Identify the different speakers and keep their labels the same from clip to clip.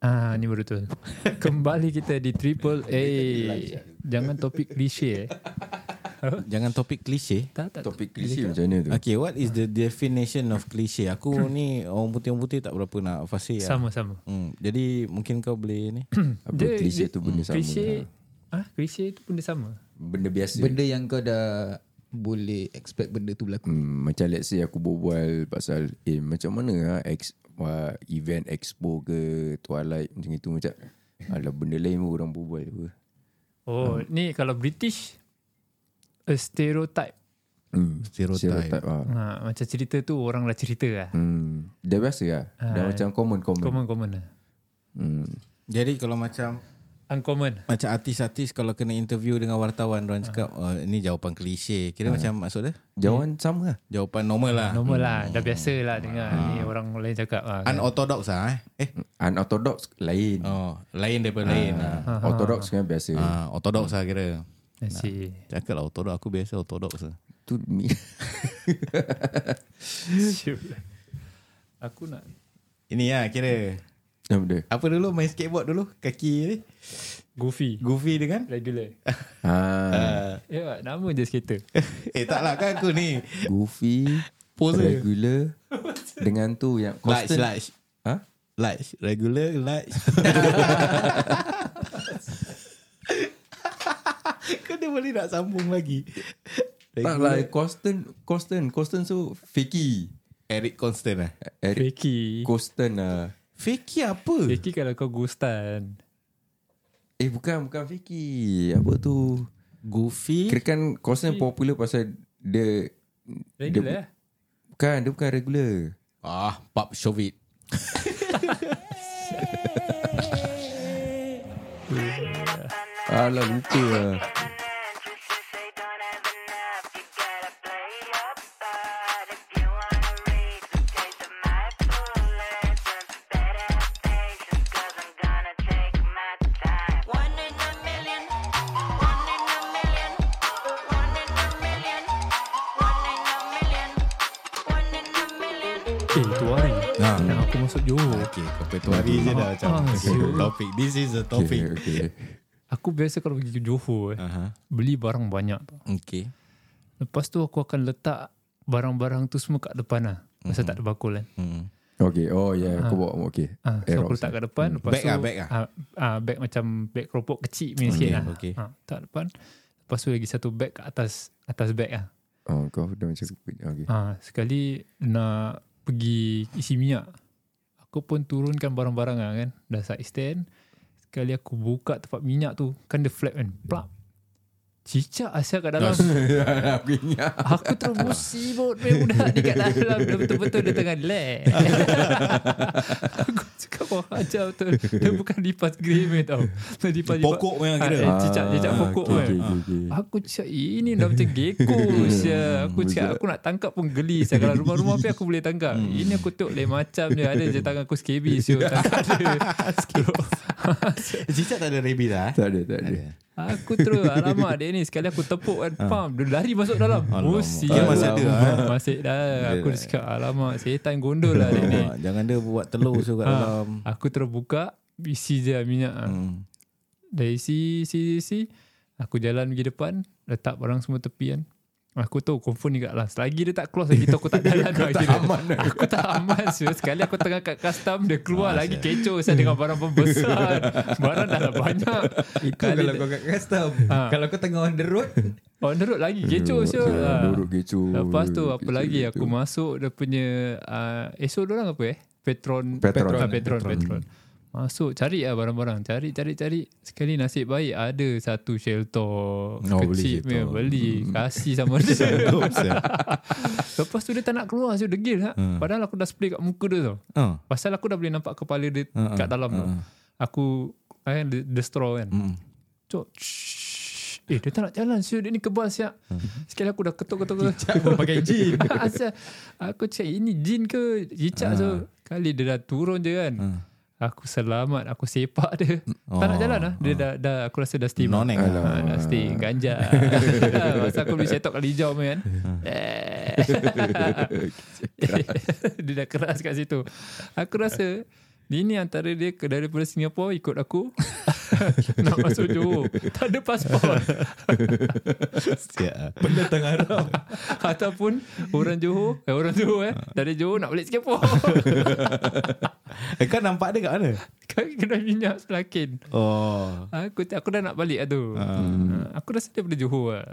Speaker 1: Ah, ni betul. Kembali kita di Triple A. Jangan topik klise eh.
Speaker 2: Jangan topik klise.
Speaker 1: Tak, tak. Ah,
Speaker 3: Topik klise macam mana tu?
Speaker 2: Okay, what is the definition of cliche? Aku ni orang putih-orang putih tak berapa nak fasih lah.
Speaker 1: Sama-sama.
Speaker 2: Hmm, jadi mungkin kau boleh ni.
Speaker 3: Apa
Speaker 1: Dia-
Speaker 3: klise
Speaker 1: dia- hmm,
Speaker 3: tu benda sama. lah.
Speaker 1: Klise, ah, klise itu benda sama.
Speaker 3: Benda biasa.
Speaker 4: Benda yang kau dah boleh expect benda tu berlaku.
Speaker 3: Hmm, macam let's say aku berbual pasal eh macam mana lah ex, wah, event expo ke twilight macam itu macam alah benda lain pun orang berbual apa. Hmm.
Speaker 1: Oh, ni kalau British a stereotype.
Speaker 3: Hmm.
Speaker 2: Stereotype.
Speaker 3: Stereotype lah.
Speaker 1: Ha, macam cerita tu orang lah cerita lah.
Speaker 3: Hmm. Dah biasa lah.
Speaker 1: Ah,
Speaker 3: Dah macam common-common.
Speaker 1: Common-common lah.
Speaker 3: Hmm.
Speaker 2: Jadi kalau macam
Speaker 1: Uncommon.
Speaker 2: macam artis-artis kalau kena interview dengan wartawan orang cakap oh, ini jawapan klise. Kira macam maksud dia
Speaker 3: Jawapan sama lah.
Speaker 2: jawapan normal lah.
Speaker 1: Normal lah.
Speaker 3: Hmm.
Speaker 1: Dah biasa lah dengar ni orang lain cakap. Ha, kan.
Speaker 2: Unorthodox lah eh. eh.
Speaker 3: Unorthodox lain.
Speaker 2: Oh, lain daripada lain lah.
Speaker 1: ah,
Speaker 3: Orthodox kan biasa.
Speaker 2: Ah, orthodox lah kira.
Speaker 1: I see.
Speaker 2: Cakap lah orthodox aku biasa orthodox lah.
Speaker 3: Tu ni.
Speaker 1: Shoot. Aku nak
Speaker 2: Ini lah kira.
Speaker 3: Apa benda?
Speaker 2: Apa dulu main skateboard dulu kaki ni
Speaker 1: goofy.
Speaker 2: goofy dengan
Speaker 1: Regular.
Speaker 3: Ha,
Speaker 1: Ya, yeah, nama je skater.
Speaker 2: eh tak lah kan aku ni
Speaker 3: goofy,
Speaker 2: Poser
Speaker 3: regular dengan tu yang
Speaker 2: large
Speaker 3: constant.
Speaker 2: large
Speaker 3: Ha?
Speaker 2: large regular large kau dia boleh nak sambung lagi
Speaker 3: Tak lah, constant, constant, constant so fakey.
Speaker 2: Eric Constant lah
Speaker 3: Eric
Speaker 1: Fakey.
Speaker 3: Constant lah.
Speaker 2: Fakey apa?
Speaker 1: Fakey kalau kau ghostan.
Speaker 3: Eh bukan, bukan fakey. Apa tu?
Speaker 2: Goofy
Speaker 3: Kira kan constant popular pasal dia,
Speaker 1: Regular lah.
Speaker 3: bukan, dia bukan regular.
Speaker 2: Ah Pop Shovit
Speaker 3: Alah, lupa lah.
Speaker 1: Eh, tu hari.
Speaker 2: Nah.
Speaker 1: Nak aku masuk Johor.
Speaker 2: Okay kau petuari je dah macam
Speaker 1: Ah,
Speaker 2: okay,
Speaker 1: siul.
Speaker 2: Topik This is the
Speaker 3: Okay,
Speaker 2: topic
Speaker 3: okay.
Speaker 1: Aku biasa kalau pergi ke Johor eh,
Speaker 2: Aha.
Speaker 1: beli barang banyak. tau.
Speaker 2: Okay
Speaker 1: Lepas tu aku akan letak barang-barang tu semua kat depan lah. Pasal tak ada bakul kan.
Speaker 2: hmm.
Speaker 3: Okay, oh ya, yeah, aku bawa, okay.
Speaker 1: Ah, so aku
Speaker 3: Aerox.
Speaker 1: letak kat depan. Lepas
Speaker 2: Eh, Bag
Speaker 1: tu,
Speaker 2: lah, bag lah.
Speaker 1: ah, ah, bag macam bag keropok kecil punya sikit
Speaker 2: Okay,
Speaker 1: lah.
Speaker 2: okay.
Speaker 1: Ah, letak depan. Lepas tu lagi satu bag kat atas atas bag lah.
Speaker 3: Oh, kau dah macam, okay.
Speaker 1: Ah, sekali nak pergi isi minyak. Aku pun turunkan barang-barang lah kan. Dah side stand. Sekali aku buka tempat minyak tu. Kan dia flap kan. Plap. Cicak Asia kat dalam.
Speaker 3: Aku ingat.
Speaker 1: Aku terus musibut Punya budak ni kat dalam Dia betul-betul dia tengah relax Aku cakap Wah ajar betul Dia bukan lipas grey punya tau Dia lipas
Speaker 2: Pokok punya kira.
Speaker 1: Ah, eh, Cicak, cicak
Speaker 3: Ah,
Speaker 1: pokok eh. Ah.
Speaker 3: okay,
Speaker 1: punya
Speaker 3: okay, okay, okay.
Speaker 1: Aku cakap Ini dah macam gecko sia. Aku
Speaker 2: Hmm,
Speaker 1: cakap Aku nak tangkap pun geli sia. Kalau rumah-rumah pun aku boleh tangkap Ini aku tengok lain macam je Ada je tangan aku skebi Siap tangkap dia
Speaker 2: Cicak tak ada rabies lah eh?
Speaker 3: Tak ada, tak ada.
Speaker 1: Aku terus Alamak dia ni Sekali aku tepuk kan Pam Dia lari masuk dalam
Speaker 2: Ah. Alamak.
Speaker 1: Musi
Speaker 2: Dia masih ada, eh?
Speaker 1: Masih dah Aku dah cakap Alamak setan gondol lah dia ni
Speaker 2: Alamak, Jangan dia buat telur so kat
Speaker 1: ha,
Speaker 2: dalam
Speaker 1: Aku terus buka Isi je minyak ha.
Speaker 2: Hmm.
Speaker 1: Dah isi Isi isi Aku jalan pergi depan Letak barang semua tepi kan Aku tahu confirm ni kat last Lagi dia tak close Lagi tu aku tak jalan Aku tak aman Aku tak aman serius. Sekali aku tengah kat custom Dia keluar lagi kecoh Saya dengan barang pembesar Barang dah lah banyak
Speaker 4: Itu
Speaker 1: Kali
Speaker 4: kalau
Speaker 1: dia-
Speaker 4: kau kat custom.
Speaker 1: Ah.
Speaker 4: Kalau kau tengah on the road,
Speaker 1: On the road lagi kecoh
Speaker 3: Duduk,
Speaker 1: sure.
Speaker 3: ah,
Speaker 1: Ha.
Speaker 3: Duduk kecoh.
Speaker 1: Lepas tu apa
Speaker 3: Kecoh,
Speaker 1: lagi
Speaker 3: kecoh.
Speaker 1: aku masuk dia punya uh, esok dia orang apa eh? Petron
Speaker 3: Petron.
Speaker 1: Ah, Petron, Petron. Masuk cari lah barang-barang Cari cari cari Sekali nasib baik Ada satu shelter oh, Kecil
Speaker 2: beli
Speaker 1: punya
Speaker 2: shelter.
Speaker 1: Beli Kasih sama dia
Speaker 2: Sedap, sia.
Speaker 1: Lepas tu dia tak nak keluar Dia degil ha? Padahal aku dah spray kat muka dia tau
Speaker 2: Oh.
Speaker 1: Pasal aku dah boleh nampak Kepala dia kat dalam tau Aku kan, the, the straw kan Cok shh. Eh dia tak nak jalan Sial dia ni kebal siap Sekali Mhm. aku dah ketuk-ketuk Cicak pun pakai jin Aku cakap ini jin ke Cicak tu Kali dia dah turun je kan Aku selamat Aku sepak dia Tak nak jalan lah Dia dah, dah Aku rasa dah steam
Speaker 2: Noneng
Speaker 1: ha,
Speaker 2: lah.
Speaker 1: Dah steam Ganja Masa aku beli cetok kali hijau punya kan Eh. Dia dah keras kat situ Aku rasa Dia ni antara dia ke- daripada Singapura ikut aku nak masuk Johor. Tak ada pasport.
Speaker 2: Siap.
Speaker 5: Pendatang Arab
Speaker 1: Ataupun orang Johor, eh, orang Johor eh, dari Johor nak balik Singapura.
Speaker 2: Eh, Kau nampak dia kat mana?
Speaker 1: Kaki kedai Kan minyak selakin. Ah,
Speaker 2: Oh.
Speaker 1: Aku aku dah nak balik lah tu. Uh. Aku rasa daripada Johor lah.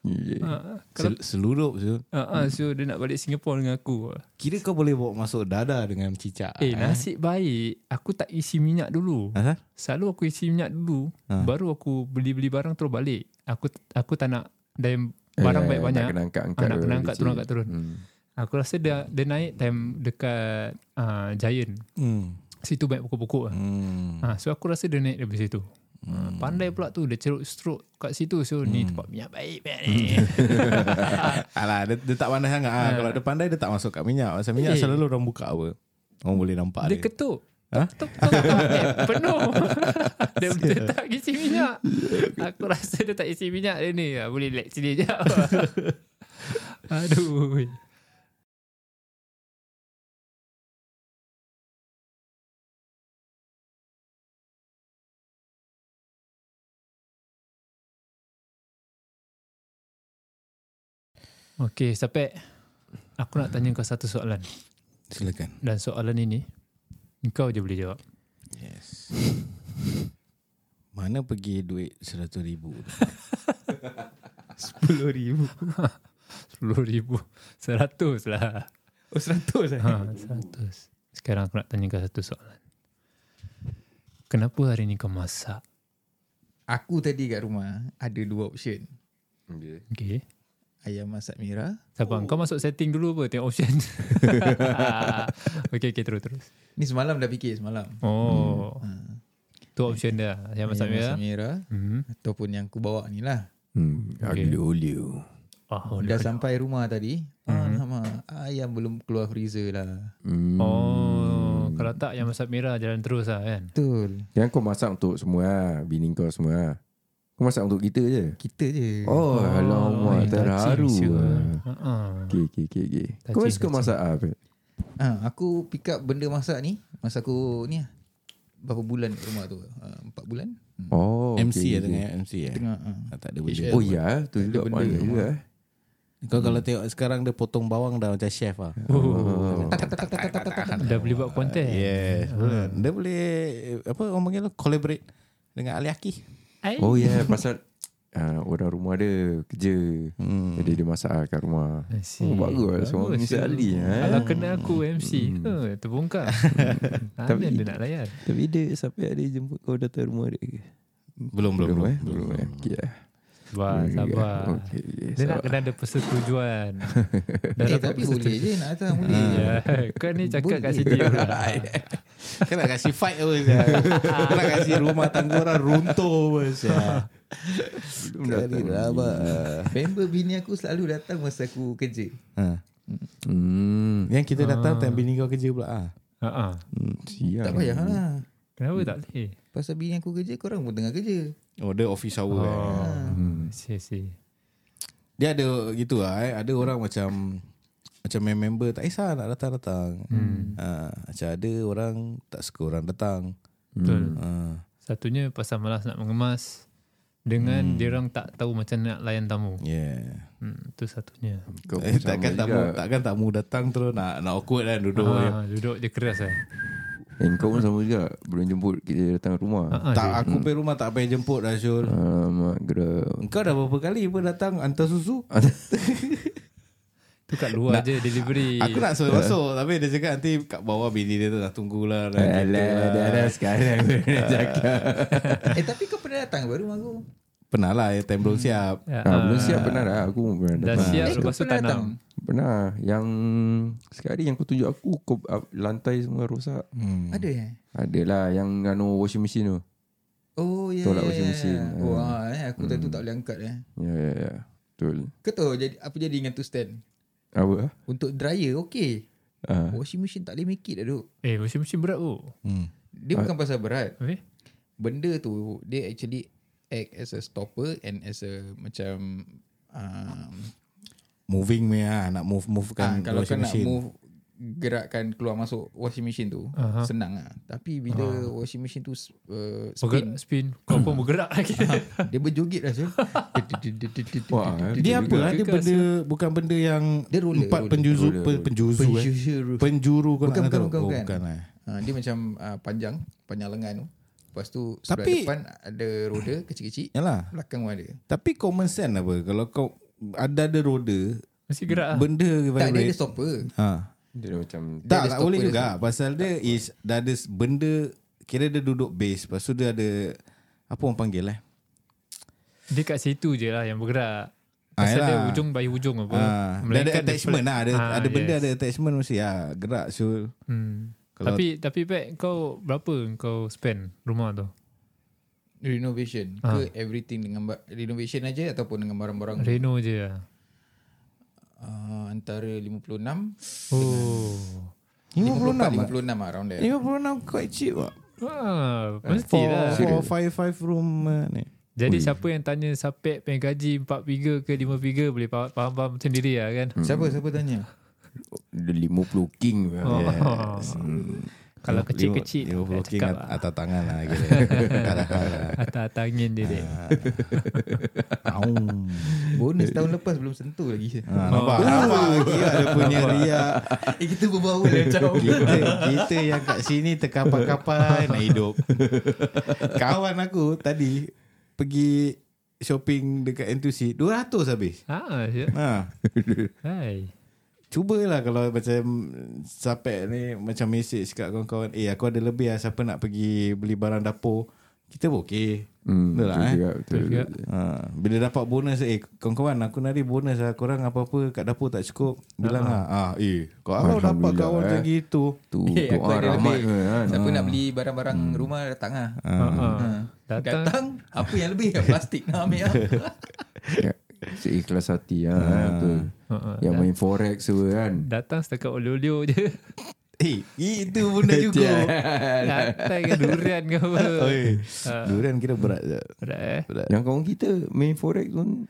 Speaker 3: Yeah.
Speaker 1: Uh, kalau,
Speaker 2: Sel- selurup
Speaker 1: uh,
Speaker 2: tu.
Speaker 1: uh, so dia nak balik Singapura dengan aku.
Speaker 2: Kira kau boleh bawa masuk dada dengan cicak.
Speaker 1: Eh nasib baik aku tak isi minyak dulu.
Speaker 2: Asal?
Speaker 1: Selalu aku isi minyak dulu
Speaker 2: Ha.
Speaker 1: Baru aku beli-beli barang terus balik Aku aku tak nak Dan barang banyak-banyak
Speaker 3: Nak Eh, kena angkat-angkat
Speaker 1: Ah, nak kena angkat turun angkat turun
Speaker 3: Hmm.
Speaker 1: Aku rasa dia, dia naik time dekat uh, Giant
Speaker 2: Hmm.
Speaker 1: Situ banyak pokok-pokok lah.
Speaker 2: Hmm.
Speaker 1: ha, So aku rasa dia naik daripada situ Hmm. Pandai pula tu Dia cerut stroke kat situ So ni tempat minyak baik man, ni.
Speaker 2: Alah, dia, dia tak pandai sangat. Ha. Kalau dia pandai, dia tak masuk kat minyak. Pasal minyak
Speaker 1: Eh.
Speaker 2: selalu orang buka apa. Orang boleh nampak
Speaker 1: Dia
Speaker 2: dia.
Speaker 1: ketuk
Speaker 2: Ha?
Speaker 1: Tuk, tuk, tuk, tuk. Eh, penuh Dia betul tak isi minyak Aku rasa dia tak isi minyak dia ni Ah, Boleh relax sini je Aduh Okay, sampai Aku nak tanya kau satu soalan
Speaker 2: Silakan.
Speaker 1: dan soalan ini Engkau je boleh jawab
Speaker 2: Yes. Mana pergi duit seratus ribu?
Speaker 5: Sepuluh ribu
Speaker 1: RM10,000 Seratus lah
Speaker 5: Oh seratus eh
Speaker 1: ha, Seratus Sekarang aku nak tanya kau satu soalan Kenapa hari ni kau masak?
Speaker 4: Aku tadi kat rumah ada dua option.
Speaker 3: Yeah.
Speaker 1: Okay
Speaker 4: Ayam masak merah
Speaker 1: Sabar oh. Kau masuk setting dulu apa Tengok option Okay okay terus terus
Speaker 4: Ni semalam dah fikir semalam.
Speaker 1: Oh
Speaker 4: Ha.
Speaker 1: Tu option dia Yang masak
Speaker 4: Ayam
Speaker 1: merah
Speaker 4: masak merah
Speaker 1: hmm.
Speaker 4: ataupun yang aku bawa ni lah.
Speaker 3: Hmm.
Speaker 1: Okay.
Speaker 3: Aglio olio.
Speaker 1: Oh, Hmm.
Speaker 4: dah sampai rumah tadi. Alamak, ayam belum keluar freezer lah.
Speaker 3: Hmm.
Speaker 1: oh Kalau tak yang masak merah Jalan terus lah kan
Speaker 4: Betul.
Speaker 3: Yang kau masak untuk semua lah. Bini kau semua lah. Kau masak untuk kita je.
Speaker 4: Kita je.
Speaker 3: Oh, oh alamak.
Speaker 1: Ah, touching,
Speaker 3: Terharu.
Speaker 1: siul.
Speaker 3: lah.
Speaker 1: Ha-ha.
Speaker 3: Okay, okay, okay, okay. Kau
Speaker 1: Touching,
Speaker 3: suka
Speaker 1: touching.
Speaker 3: masak apa?
Speaker 4: Ha, aku pick up benda masak ni. Masa aku ni lah. Berapa bulan kat rumah tu? Ha, empat bulan? Hmm.
Speaker 3: Oh,
Speaker 2: Oh, MC
Speaker 3: okay,
Speaker 2: ya
Speaker 3: okay.
Speaker 2: tengah MC ya.
Speaker 4: Tengah. Ha.
Speaker 2: Ah, tak ada benda.
Speaker 3: Oh ya, Hmm. tu juga
Speaker 4: benda
Speaker 3: banyak
Speaker 4: kat
Speaker 3: juga. eh.
Speaker 2: Kau kalau tengok sekarang dia potong bawang dah macam chef lah.
Speaker 1: Oh. Dah boleh buat konten
Speaker 2: Yes.
Speaker 1: Ah.
Speaker 2: Uh. Dia boleh apa orang panggil tu, collaborate dengan Ali Aki.
Speaker 1: Ai.
Speaker 3: Oh ya, yeah, pasal uh, orang rumah dia kerja. Hmm. Jadi dia masak lah kat rumah.
Speaker 1: I see.
Speaker 3: Oh, bagus lah. Seorang
Speaker 1: Bagus,
Speaker 3: Miss
Speaker 1: ya.
Speaker 3: Ali. Eh.
Speaker 1: Kalau kena aku MC hmm. Terbongkar Ada
Speaker 3: Tapi-
Speaker 1: yang dia nak layan
Speaker 3: Tapi dia sampai ada jemput kau datang rumah dia ke?
Speaker 2: Belum belum
Speaker 3: Belum eh? Belum eh? Okay, eh.
Speaker 1: Sabar Sabar
Speaker 3: Okay, okay,
Speaker 1: Dia nak kena ada persetujuan Dah
Speaker 4: Eh,
Speaker 1: dapat
Speaker 4: tapi boleh
Speaker 1: persetujuan
Speaker 4: je nak datang. Boleh je.
Speaker 1: Ya, Kau ni cakap kat
Speaker 4: Boleh.
Speaker 1: sini pula.
Speaker 2: lah. Kau nak kasih fight apa saya. Kau nak kasih rumah tangga orang runtuh apa saya.
Speaker 3: Belum datang.
Speaker 4: Member bini aku selalu datang masa aku kerja.
Speaker 2: Ha.
Speaker 3: Hmm.
Speaker 2: Yang kita datang time bini kau kerja pula ah.
Speaker 1: Ha-ha.
Speaker 3: Siap.
Speaker 4: Tak payah lah.
Speaker 1: Kenapa tak boleh
Speaker 4: Pasal bini aku kerja, korang pun tengah kerja.
Speaker 2: Oh dia office hour eh.
Speaker 3: Oh, hmm.
Speaker 1: Si si
Speaker 2: Dia ada gitu lah eh. Ada orang macam macam main member tak kisah nak datang-datang. Hmm. Ha, macam ada orang tak suka orang datang.
Speaker 3: Hmm.
Speaker 1: Betul
Speaker 2: Ha.
Speaker 1: Satunya pasal malas nak mengemas
Speaker 3: Hmm.
Speaker 1: Dengan dia orang tak tahu macam nak layan tamu
Speaker 2: Yeah.
Speaker 1: hmm, Itu satunya
Speaker 3: Kau
Speaker 2: Eh, takkan tamu takkan tamu datang terus nak nak awkward kan duduk.
Speaker 1: ha,
Speaker 2: Ha.
Speaker 1: Duduk je keras lah
Speaker 3: Eh, kau pun sama juga. Belum jemput kita datang rumah.
Speaker 1: ha,
Speaker 3: Um,
Speaker 4: Ah,
Speaker 2: Tak aku
Speaker 4: Hmm.
Speaker 2: pergi rumah tak payah jemput dah Syul.
Speaker 3: Alamak, gerak.
Speaker 2: Kau dah berapa kali pun datang hantar susu?
Speaker 1: Tu kat luar je delivery
Speaker 2: Aku nak suruh masuk tapi dia cakap nanti kat bawah bini dia tu dah tunggulah dah. lah."
Speaker 3: Alah, dah dah sekarang.
Speaker 4: eh, tapi kau pernah datang baru rumah aku.
Speaker 2: Pernah lah ya, time belum
Speaker 4: Hmm.
Speaker 2: siap.
Speaker 1: Ya,
Speaker 3: Ah, belum
Speaker 1: ah.
Speaker 3: siap benar lah. Aku pun pernah
Speaker 1: Dah
Speaker 3: datang.
Speaker 1: siap
Speaker 4: Eh, kau
Speaker 1: lepas tu
Speaker 4: pernah datang?
Speaker 1: tanam
Speaker 3: Benar. Yang sekali yang kau tunjuk aku, kau, ah, lantai semua rosak.
Speaker 2: Hmm.
Speaker 4: Ada eh?
Speaker 3: Adalah yang anu washing machine tu.
Speaker 4: Oh, ya,
Speaker 3: Tolak
Speaker 4: ya,
Speaker 3: washing
Speaker 4: ya,
Speaker 3: machine.
Speaker 4: ya.
Speaker 3: Ah.
Speaker 4: Oh, ha, eh, aku tadi tu tak boleh angkat eh.
Speaker 3: Ya, ya, ya. Betul.
Speaker 4: Kau tahu jadi, apa jadi dengan tu stand?
Speaker 3: Apa? ah?
Speaker 4: Untuk dryer, okey.
Speaker 3: Ah.
Speaker 4: Washing machine tak boleh make it dah duk.
Speaker 1: Eh mesin-mesin berat tu
Speaker 2: Hmm.
Speaker 4: Dia bukan pasal berat.
Speaker 1: Eh
Speaker 4: Benda tu, dia actually act as a stopper and as a macam... Um,
Speaker 2: Moving me lah Nak move move
Speaker 4: ah,
Speaker 2: kan
Speaker 4: kalau kau nak move gerakkan keluar masuk washing machine tu
Speaker 1: Aha.
Speaker 4: senang lah. Tapi bila
Speaker 2: Ah.
Speaker 4: washing machine tu uh,
Speaker 1: Bergerak,
Speaker 4: spin,
Speaker 1: spin. Kau pun bergerak lagi.
Speaker 4: dia berjoget lah. Syul.
Speaker 3: Wah, eh,
Speaker 2: Dia
Speaker 3: betul
Speaker 2: apa
Speaker 3: juga.
Speaker 2: lah Dia
Speaker 1: Kekal,
Speaker 2: benda Bukan benda yang
Speaker 4: Dia roller,
Speaker 2: Empat
Speaker 4: roller.
Speaker 2: penjuzu
Speaker 3: Roller,
Speaker 2: pe-
Speaker 3: roller.
Speaker 2: Penjuzu eh.
Speaker 4: Penjuzu.
Speaker 2: Penjuru kau
Speaker 4: Bukan,
Speaker 2: nak
Speaker 4: bukan,
Speaker 2: taruh.
Speaker 4: bukan,
Speaker 2: Oh,
Speaker 4: bukan.
Speaker 2: bukan eh.
Speaker 4: Ha, dia macam uh, panjang, panjang lengan tu. Lepas tu sebelah
Speaker 2: Tapi-
Speaker 4: depan ada roda kecil-kecil,
Speaker 2: Yalah
Speaker 4: belakang pun ada.
Speaker 2: Tapi common sense apa Kalau kau Ada ada roda
Speaker 1: Mesti gerak lah.
Speaker 2: Benda
Speaker 4: Ah. Tak ada dia
Speaker 2: vibrate
Speaker 4: stopper.
Speaker 2: ha.
Speaker 3: Dia macam
Speaker 2: Tak
Speaker 4: Dia ada
Speaker 2: tak
Speaker 4: stopper
Speaker 2: boleh
Speaker 4: dia
Speaker 2: juga Pasal dia is Dah ada s- benda Kira dia duduk base Lepas tu dia ada Apa orang panggil eh
Speaker 1: Dia kat situ je lah yang bergerak.
Speaker 2: Ah,
Speaker 1: Pasal dia
Speaker 2: yalah.
Speaker 1: hujung by hujung apa.
Speaker 2: ha. Dia ada
Speaker 1: Melainkan dia
Speaker 2: attachment
Speaker 1: flat.
Speaker 2: lah Ada,
Speaker 1: Ah,
Speaker 2: ada benda
Speaker 1: yes.
Speaker 2: ada attachment Mesti ya Gerak so
Speaker 1: Hmm.
Speaker 2: Kalau-
Speaker 1: tapi tapi Pat kau berapa kau spend rumah tu?
Speaker 4: Renovation
Speaker 1: Ah.
Speaker 4: ke everything dengan ba- renovation aja ataupun dengan barang-barang
Speaker 1: Reno je lah.
Speaker 4: uh, antara 56
Speaker 1: Oh.
Speaker 2: 56
Speaker 4: 56 lah around there.
Speaker 2: 56 quite cheap lah
Speaker 1: Ah,
Speaker 2: For,
Speaker 1: mestilah.
Speaker 2: for five five room uh, ni.
Speaker 1: Jadi siapa yang tanya Sapek punya gaji 4 figure ke 5 figure boleh fa- faham-faham sendiri lah kan.
Speaker 4: Siapa siapa tanya?
Speaker 3: Dia 50 king
Speaker 1: Oh.
Speaker 3: yeah.
Speaker 1: Kalau
Speaker 2: Lima-
Speaker 1: kecil-kecil
Speaker 2: lima puluh
Speaker 1: nak
Speaker 2: king
Speaker 1: cakap lah.
Speaker 2: at-
Speaker 1: Oh.
Speaker 2: atas tangan lah kira. Atas tangan.
Speaker 1: Atas-atas angin dia dek.
Speaker 2: Aung.
Speaker 4: Bonus tahun lepas belum sentuh lagi.
Speaker 2: Ha, nampak nampak lagi lah dia punya riak.
Speaker 4: eh kita berbau dah macam.
Speaker 2: Kita, kita yang kat sini terkapai-kapai nak hidup. Kawan aku tadi pergi shopping dekat N2C 200 habis.
Speaker 1: Ah, ya.
Speaker 2: Ha.
Speaker 1: Hai.
Speaker 2: Cubalah kalau macam Sapek ni Macam message kat kawan-kawan Eh aku ada lebih lah Siapa nak pergi beli barang dapur Kita pun okey
Speaker 3: Hmm,
Speaker 2: Betul lah
Speaker 3: betul
Speaker 2: eh
Speaker 3: juga, betul
Speaker 1: juga.
Speaker 3: juga.
Speaker 2: ha, Bila dapat bonus Eh kawan-kawan aku nari bonus lah Korang apa-apa kat dapur tak cukup Bilang lah ah, Eh kalau dapat
Speaker 3: Alhamdulillah,
Speaker 2: kawan
Speaker 3: eh.
Speaker 2: macam gitu
Speaker 3: Tu
Speaker 4: Eh, aku
Speaker 3: doa
Speaker 4: ada
Speaker 3: rahmat
Speaker 4: lebih.
Speaker 3: tu, kan.
Speaker 4: Siapa nak beli barang-barang rumah datang lah.
Speaker 1: Ah, ah.
Speaker 3: Hmm.
Speaker 4: Datang,
Speaker 1: Datang.
Speaker 4: apa yang lebih plastik nak ambil lah.
Speaker 3: Ya, Seikhlas hati ha, betul.
Speaker 1: Ha-ha.
Speaker 3: Yang main forex semua kan.
Speaker 1: Datang setakat olio-olio je.
Speaker 2: Eh itu benda juga
Speaker 1: Datang ke durian ke apa.
Speaker 2: Oi,
Speaker 3: Eh.
Speaker 2: Durian kira berat je
Speaker 1: Berat eh.
Speaker 3: Yang kawan kita main forex pun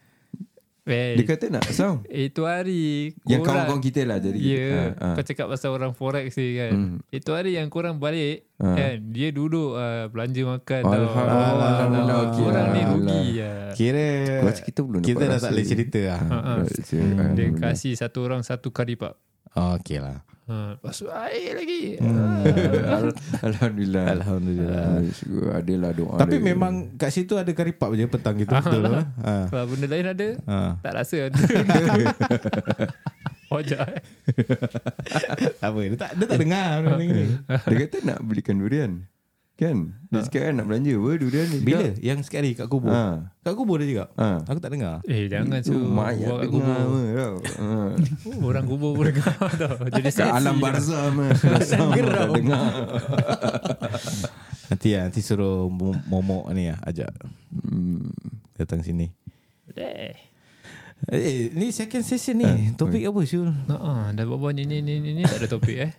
Speaker 1: Weh,
Speaker 3: dia kata nak sound.
Speaker 1: Eh, itu hari
Speaker 3: Yang
Speaker 1: korang-
Speaker 3: kawan-kawan kita lah jadi.
Speaker 1: Ya yeah,
Speaker 3: Ha, ha.
Speaker 1: Kau cakap pasal orang forex ni kan
Speaker 3: Hmm.
Speaker 1: Itu hari yang korang balik
Speaker 3: Ha.
Speaker 1: kan Dia duduk uh, belanja makan tau
Speaker 3: Alhamdulillah, alhamdulillah, okey
Speaker 1: Korang ni
Speaker 3: lah.
Speaker 1: rugi lah
Speaker 2: Kira
Speaker 3: Kau rasa kita belum dapat
Speaker 2: Kita dah
Speaker 3: rasa
Speaker 2: tak boleh
Speaker 3: ni.
Speaker 2: cerita lah
Speaker 3: Ha,
Speaker 1: Ha-ha.
Speaker 3: rasa,
Speaker 1: Dia
Speaker 3: alhamdulillah.
Speaker 1: kasih satu orang satu kari pak
Speaker 2: oh, Okey lah
Speaker 1: ha, Lepas tu air lagi
Speaker 3: Hmm. Al- Alhamdulillah.
Speaker 2: Alhamdulillah.
Speaker 3: Ah, Syukur adalah doa.
Speaker 2: Tapi
Speaker 3: dia.
Speaker 2: memang kat situ ada karipap je petang gitu
Speaker 3: Ah.
Speaker 2: betul lah. Ha.
Speaker 1: ha. Kalau benda lain ada
Speaker 2: Ha.
Speaker 1: Tak rasa ada Wajar eh
Speaker 2: Tak apa, dia tak, dia tak dengar benda ni.
Speaker 3: dia kata nak belikan durian. Kan? Dia cakap kan nak belanja apa durian ni.
Speaker 2: Bila? Yang sekali kat kubur. Ha.
Speaker 3: Ha.
Speaker 2: Kat kubur dia juga.
Speaker 3: Ha.
Speaker 2: Aku tak dengar.
Speaker 1: Eh jangan
Speaker 3: Itu
Speaker 1: tu
Speaker 3: mayat
Speaker 1: Buat kat
Speaker 3: "Oh, dengar
Speaker 1: kubur.
Speaker 3: apa tau. Ha.
Speaker 1: Oh, Orang kubur pun dengar tau Jadi
Speaker 3: Kat
Speaker 1: seksi
Speaker 3: alam
Speaker 1: dah.
Speaker 3: barzah mah. Sama dah dengar.
Speaker 2: Nanti lah, nanti suruh mo- momok ni lah, ajak.
Speaker 3: Hmm.
Speaker 2: Datang sini.
Speaker 1: Deh.
Speaker 2: Eh, ni second session ni. Topik apa Syul?
Speaker 1: Ha, dah buat-buat ni ni ni ni ni tak ada topik eh.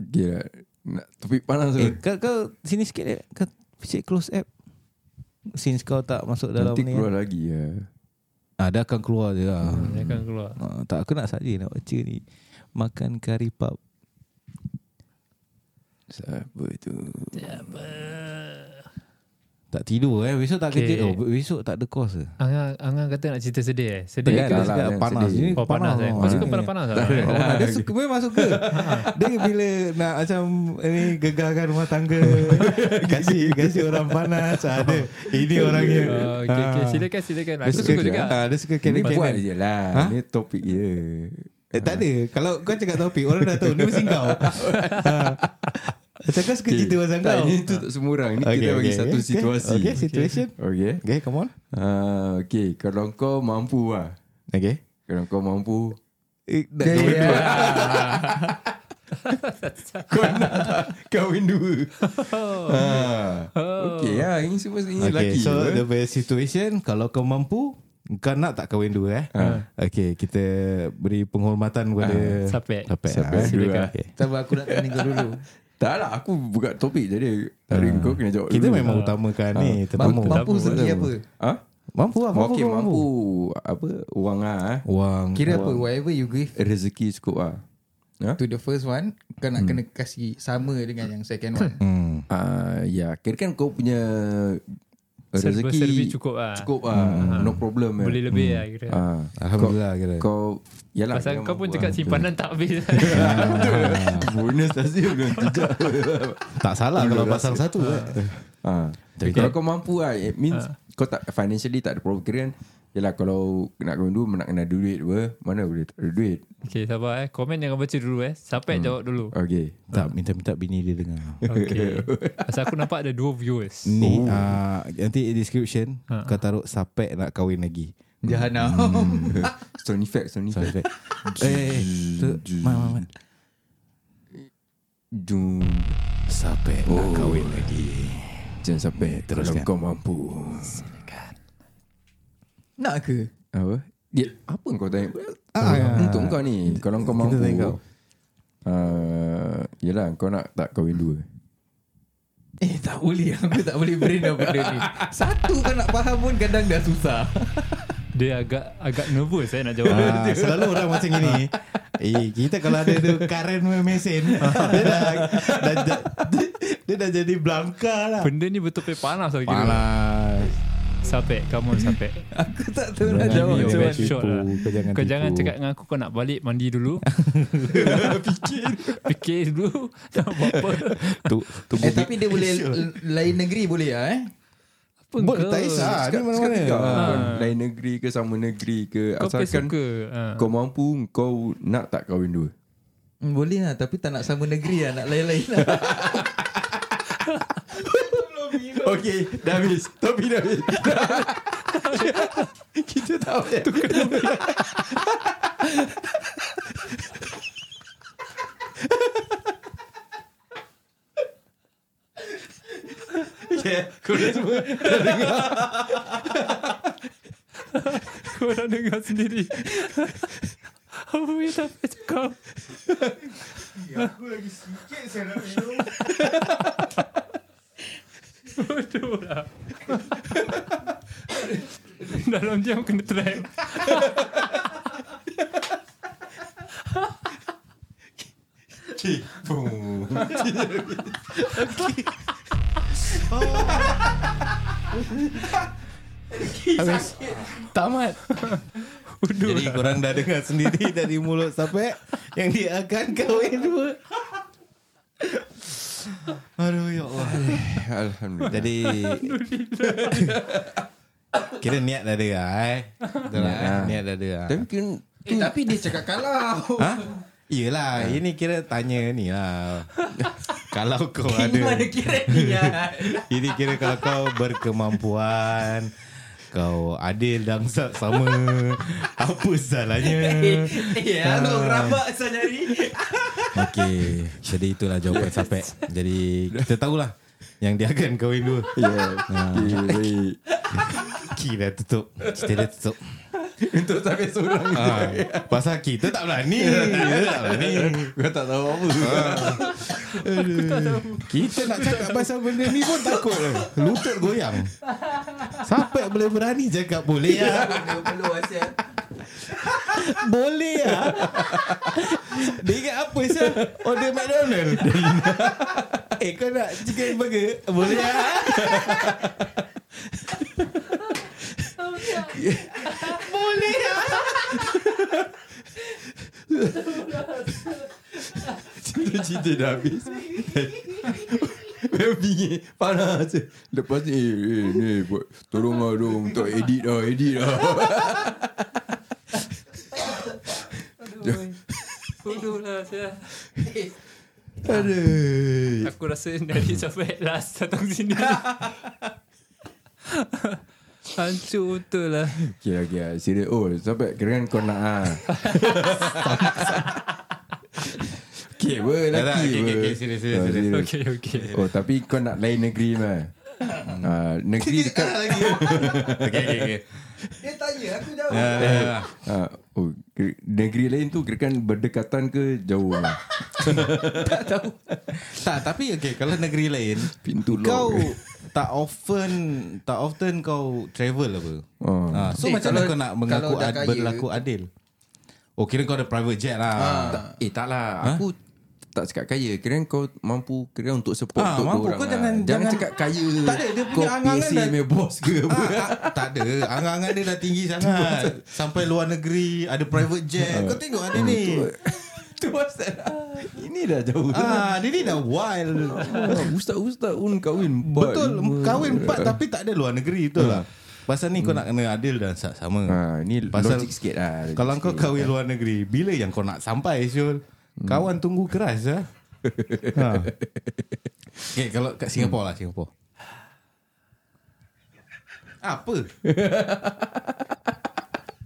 Speaker 3: Okey lah. Nak topik panas tu.
Speaker 2: Eh, kau, kau sini sikit dia. Kau cek close app. Since kau tak masuk dalam
Speaker 3: Nanti
Speaker 2: ni.
Speaker 3: keluar
Speaker 2: Kan?
Speaker 3: lagi ya.
Speaker 2: Ah, dia akan keluar je lah.
Speaker 1: Dia akan keluar.
Speaker 2: Ah, tak, aku nak saja nak baca ni. Makan kari pap.
Speaker 3: Siapa tu?
Speaker 2: Tak tidur eh. Besok tak
Speaker 1: Okay.
Speaker 2: kerja. Oh, besok tak ada kos ke?
Speaker 1: Angang Angang kata nak cerita sedih eh. Sedih ke?
Speaker 3: Tak
Speaker 2: Dia
Speaker 3: Yalah,
Speaker 2: kira cakap
Speaker 3: yang
Speaker 2: panas
Speaker 3: sedih.
Speaker 2: ni
Speaker 1: Oh panas eh. Kau suka panas-panas tak?
Speaker 2: Ah, dia suka Memang suka Dia bila nak macam Ini gegarkan rumah tangga Kasih Kasih orang panas ah, Ada Ini orangnya
Speaker 1: Oh, okay, okay.
Speaker 2: Ah.
Speaker 1: silakan silakan.
Speaker 2: Dia
Speaker 1: Aku
Speaker 2: suka
Speaker 1: suka juga.
Speaker 2: ah, Dia suka
Speaker 3: Kena
Speaker 2: kena
Speaker 3: buat
Speaker 2: kena
Speaker 3: je lah.
Speaker 2: Ha?
Speaker 3: Ni topik dia.
Speaker 2: Eh
Speaker 1: Ah.
Speaker 2: tak ada Kalau kau cakap topik Orang dah tahu Ni mesti kau Ah. Macam kau suka cerita pasal
Speaker 3: Tak,
Speaker 2: kau
Speaker 3: ini tu tak semua orang. Ni kita bagi satu situasi.
Speaker 2: Okay situation
Speaker 3: Okay.
Speaker 2: Okay come on
Speaker 3: Ah, okay, kalau kau mampu lah.
Speaker 2: Okay
Speaker 3: Kalau kau mampu,
Speaker 2: Eh, dah jawab
Speaker 3: ya.
Speaker 2: dua.
Speaker 3: kau nak tak kahwin dua? ah, okay lah, ini semua ini
Speaker 2: Okay,
Speaker 3: lelaki. eh.
Speaker 2: so
Speaker 3: apa?
Speaker 2: the best situation kalau kau mampu kau nak tak kahwin dua eh?
Speaker 3: Ah.
Speaker 2: Okay, kita beri penghormatan kepada
Speaker 1: Sapek.
Speaker 2: Sapek.
Speaker 3: Sapek
Speaker 2: ah.
Speaker 3: dua, ah.
Speaker 2: Okay.
Speaker 4: Sabar aku nak tanya kau dulu.
Speaker 3: tak lah, aku buka topik jadi. Tadi kau kena jawab
Speaker 2: Ah. Kita
Speaker 3: dulu.
Speaker 2: memang utamakan ni
Speaker 3: Ah.
Speaker 4: Mampu,
Speaker 2: tetamu.
Speaker 4: mampu
Speaker 1: Tamu,
Speaker 4: segi apa?
Speaker 3: Ha?
Speaker 2: Mampu lah, mampu.
Speaker 3: okay,
Speaker 2: kau
Speaker 3: mampu. Apa, wang lah. eh.
Speaker 2: Wang.
Speaker 4: Kira apa? Whatever you give.
Speaker 3: Rezeki cukup lah. Ha?
Speaker 4: To the first one Kau nak kena kasih Sama dengan yang second one
Speaker 2: Hmm.
Speaker 3: Ah, ya, kira kan kau punya rezeki
Speaker 1: Servis cukup lah.
Speaker 3: Cukup ah, no problem. ya.
Speaker 1: Boleh lebih lah kira.
Speaker 3: Ah,
Speaker 2: Alhamdulillah kira.
Speaker 3: kau yalah
Speaker 1: Pasal
Speaker 3: jangan
Speaker 1: kau pun
Speaker 3: buat.
Speaker 1: cakap simpanan tak habis.
Speaker 3: Ah. bonus nasib belum jejak.
Speaker 2: Tak salah kalau pasang satu. eh.
Speaker 3: Ah, kalau kau mampu ah, it means kau tak financially tak ada problem kira kan. Yalah kalau nak kena dulu nak kena ada duit apa, mana boleh tak ada duit.
Speaker 1: okay, sabar eh. Komen jangan baca dulu eh. Siapa yang jawab dulu?
Speaker 3: Okay.
Speaker 2: Tak minta-minta bini dia dengar.
Speaker 1: Okay. Pasal aku nampak ada dua viewers.
Speaker 2: Ni
Speaker 3: Oh.
Speaker 2: ah, nanti description
Speaker 3: Ah.
Speaker 2: kau taruh sapek nak kahwin lagi.
Speaker 4: Hmm. Jahanam
Speaker 3: Sound effect, sound
Speaker 2: Sapek.
Speaker 3: effect.
Speaker 2: eh, tu, man, man, man.
Speaker 3: Jom.
Speaker 2: Sapek nak
Speaker 3: Oh.
Speaker 2: kahwin lagi.
Speaker 3: Jangan sampai
Speaker 2: teruskan.
Speaker 3: teruskan. Kalau kau mampu.
Speaker 4: Nak ke
Speaker 3: Apa? Dia, Ya, apa kau tanya?
Speaker 2: Ah, ya.
Speaker 3: Untuk kau ni. Kalau kau mampu.
Speaker 2: tanya kau.
Speaker 3: Uh, yelah kau nak tak kahwin dua
Speaker 4: Eh tak boleh Aku tak boleh brain dah benda ni Satu kau nak faham pun Kadang dah susah
Speaker 1: Dia agak agak nervous eh nak jawab.
Speaker 2: Ah, selalu orang macam gini. Eh, kita kalau ada tu Karen mesin dia dah, dah, dah, dia dah jadi Blanca lah.
Speaker 1: Benda ni betul-betul panas lagi.
Speaker 2: Panas.
Speaker 1: Sampai, come on sampai.
Speaker 4: Aku tak tahu nak jawab
Speaker 1: Give me your
Speaker 4: macam
Speaker 1: best
Speaker 4: mana
Speaker 1: shot lah.
Speaker 2: Kau jangan
Speaker 1: Kau
Speaker 2: tipu.
Speaker 1: jangan cakap dengan aku kau nak balik mandi dulu. Fikir. Fikir dulu. Nak buat apa.
Speaker 2: Tu, tu
Speaker 4: Eh tapi dia boleh Lain negeri boleh lah eh
Speaker 1: Apa
Speaker 2: Bo-
Speaker 1: kau?
Speaker 2: tak kisah. Ah, ni
Speaker 3: Sekat-
Speaker 2: mana-mana.
Speaker 3: sekat kau, kau Lain negeri ke sama negeri ke
Speaker 1: Kau
Speaker 3: Asalkan
Speaker 1: suka. Ah.
Speaker 3: kau mampu Kau nak tak kahwin dua
Speaker 4: Hmm, Boleh lah Tapi tak nak sama negeri lah Nak lain-lain lah
Speaker 3: Okay Dah habis Topi dah habis
Speaker 2: Kita tak boleh.
Speaker 1: Kau nak dengar sendiri. Apa yang sampai cakap?
Speaker 2: Ya, Aku lagi sikit saya nak minum.
Speaker 1: Bodoh lah. Dalam jam kena try.
Speaker 2: Habis. Tamat. Jadi korang dah dengar sendiri dari mulut sampai yang dia akan kahwin dua. Aduh ya Allah.
Speaker 3: Eh, Alhamdulillah
Speaker 2: Jadi Kira niat dah ada lah eh. Betul lah, eh. Niat dah ada lah.
Speaker 3: Tapi kan
Speaker 4: eh, Tapi dia cakap kalau
Speaker 2: Ha? Yelah Ini kira tanya ni lah Kalau kau ada
Speaker 4: kira ni lah
Speaker 2: Ini kira kalau kau berkemampuan Kau adil dangsat sama Apa salahnya
Speaker 4: Ya
Speaker 2: Ah.
Speaker 4: Kalau rabak saya nyari
Speaker 2: Okey, jadi itulah jawapan Sapek. Jadi kita tahulah yang dia akan kahwin dua.
Speaker 3: Ya Okay baik
Speaker 2: Kira tutup. Cerita dia tutup.
Speaker 4: Untuk sampai seorang
Speaker 2: Ah, pasal kita tak berani. Kita tak berani.
Speaker 4: Kau tak tahu apa
Speaker 2: Kita nak cakap pasal benda ni pun takut. Lutut goyang. Sapek boleh berani cakap boleh ya.
Speaker 4: Perlu Asyad
Speaker 2: Boleh ya. Dia ingat apa sih? Order Oh, McDonald. eh kau nak chicken burger? Boleh ya.
Speaker 3: Cerita-cerita dah habis Memang bingit Panas je Lepas ni eh, eh, ni buat Tolong lah dong Tak edit lah Edit lah
Speaker 1: Bodoh lah saya.
Speaker 2: Aduh.
Speaker 1: Aku rasa dari sampai last datang sini. Hancur betul lah.
Speaker 3: Okay okay ah, Serius Oh sampai Kira kan kau nak ah. Okay apa
Speaker 2: Tak, tak,
Speaker 3: lelaki
Speaker 2: okay,
Speaker 3: apa.
Speaker 2: okay, okay, serius, serius,
Speaker 3: Ah,
Speaker 2: serius.
Speaker 1: Okay, okay.
Speaker 3: Oh tapi kau nak lain negeri mah Ah, negeri dekat
Speaker 2: Okay, okay, okay.
Speaker 4: Dia tanya aku jawab
Speaker 2: Ya, ya, ya.
Speaker 3: ah, oh, kira- negeri lain tu kira kan berdekatan ke jauh lah.
Speaker 2: tak tapi okay kalau negeri lain
Speaker 3: Pintu lock.
Speaker 2: kau tak often tak often kau travel apa.
Speaker 3: Oh.
Speaker 2: Ha, so
Speaker 4: Eh,
Speaker 2: macam
Speaker 4: kalau-
Speaker 2: mana kau nak mengaku
Speaker 4: kalau dah
Speaker 2: ad,
Speaker 4: kaya-
Speaker 2: berlaku adil? Oh kira kau ada private jet lah
Speaker 4: Ah.
Speaker 3: Tak, eh tak lah Aku tak cakap kaya Kira kau mampu Kira untuk support
Speaker 2: Ah,
Speaker 3: untuk
Speaker 2: mampu.
Speaker 3: korang
Speaker 2: Kau
Speaker 3: lah.
Speaker 2: jangan-
Speaker 3: jangan
Speaker 2: jangan-
Speaker 3: cakap kaya
Speaker 2: Tak ada, dia punya
Speaker 3: Kau
Speaker 2: angan-angan
Speaker 3: PC
Speaker 2: dah-
Speaker 3: punya bos ke apa
Speaker 2: Ah, tak, tak ada Angan-angan dia dah tinggi sangat Sampai luar negeri Ada private
Speaker 3: Ah.
Speaker 2: jet Kau tengok ada ni
Speaker 3: Tu pasal Ini dah jauh
Speaker 2: Ah, Dia ni dah wild
Speaker 3: Ustaz-ustaz pun kahwin empat,
Speaker 2: Betul
Speaker 3: lima. Hmm.
Speaker 2: Kahwin empat Tapi tak ada luar negeri Betul lah Pasal ni kau nak kena adil dan sa- sama
Speaker 3: ha, Ni
Speaker 2: Pasal-
Speaker 3: logik sikit lah logik
Speaker 2: Kalau kau
Speaker 3: sikit.
Speaker 2: kahwin luar negeri Bila yang kau nak sampai Syul
Speaker 3: Hmm.
Speaker 2: Kawan tunggu keras lah ha. Okay kalau kat Singapura lah Singapura Apa?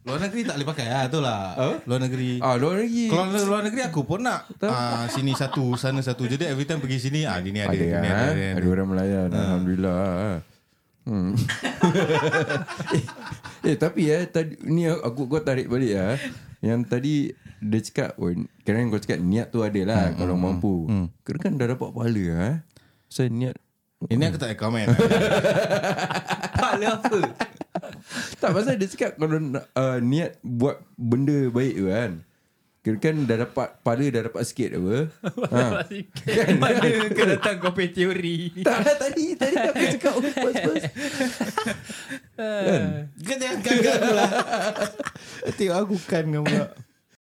Speaker 2: luar negeri tak boleh pakai lah tu lah Luar negeri
Speaker 3: Ah, luar lagi
Speaker 2: Kalau luar, luar negeri aku pun nak ah, Sini satu sana satu Jadi every time pergi sini ah, Ini ada,
Speaker 3: ada,
Speaker 2: ini
Speaker 3: ya,
Speaker 2: ada,
Speaker 3: ada,
Speaker 2: ini
Speaker 3: Ah.
Speaker 2: ada.
Speaker 3: ada orang melayan alhamdulillah. Hmm. eh, eh tapi ya eh, tadi ni aku kau tarik balik ya. Yang tadi dia cakap oh, kira kau cakap niat tu ada lah kalau mampu. Hmm. Kira kan dah dapat pahala ha. Saya niat
Speaker 2: Ini aku tak ada komen
Speaker 5: Pahala apa?
Speaker 3: tak pasal dia cakap kalau nak, uh, niat buat benda baik tu kan. Kira kan dah dapat pahala dah dapat sikit apa. ha.
Speaker 5: Mana kau datang kau punya teori ni?
Speaker 3: Tak lah tadi Tadi aku cakap oh, first, first.
Speaker 2: Kau jangan gagal pula Tengok aku kan kau pula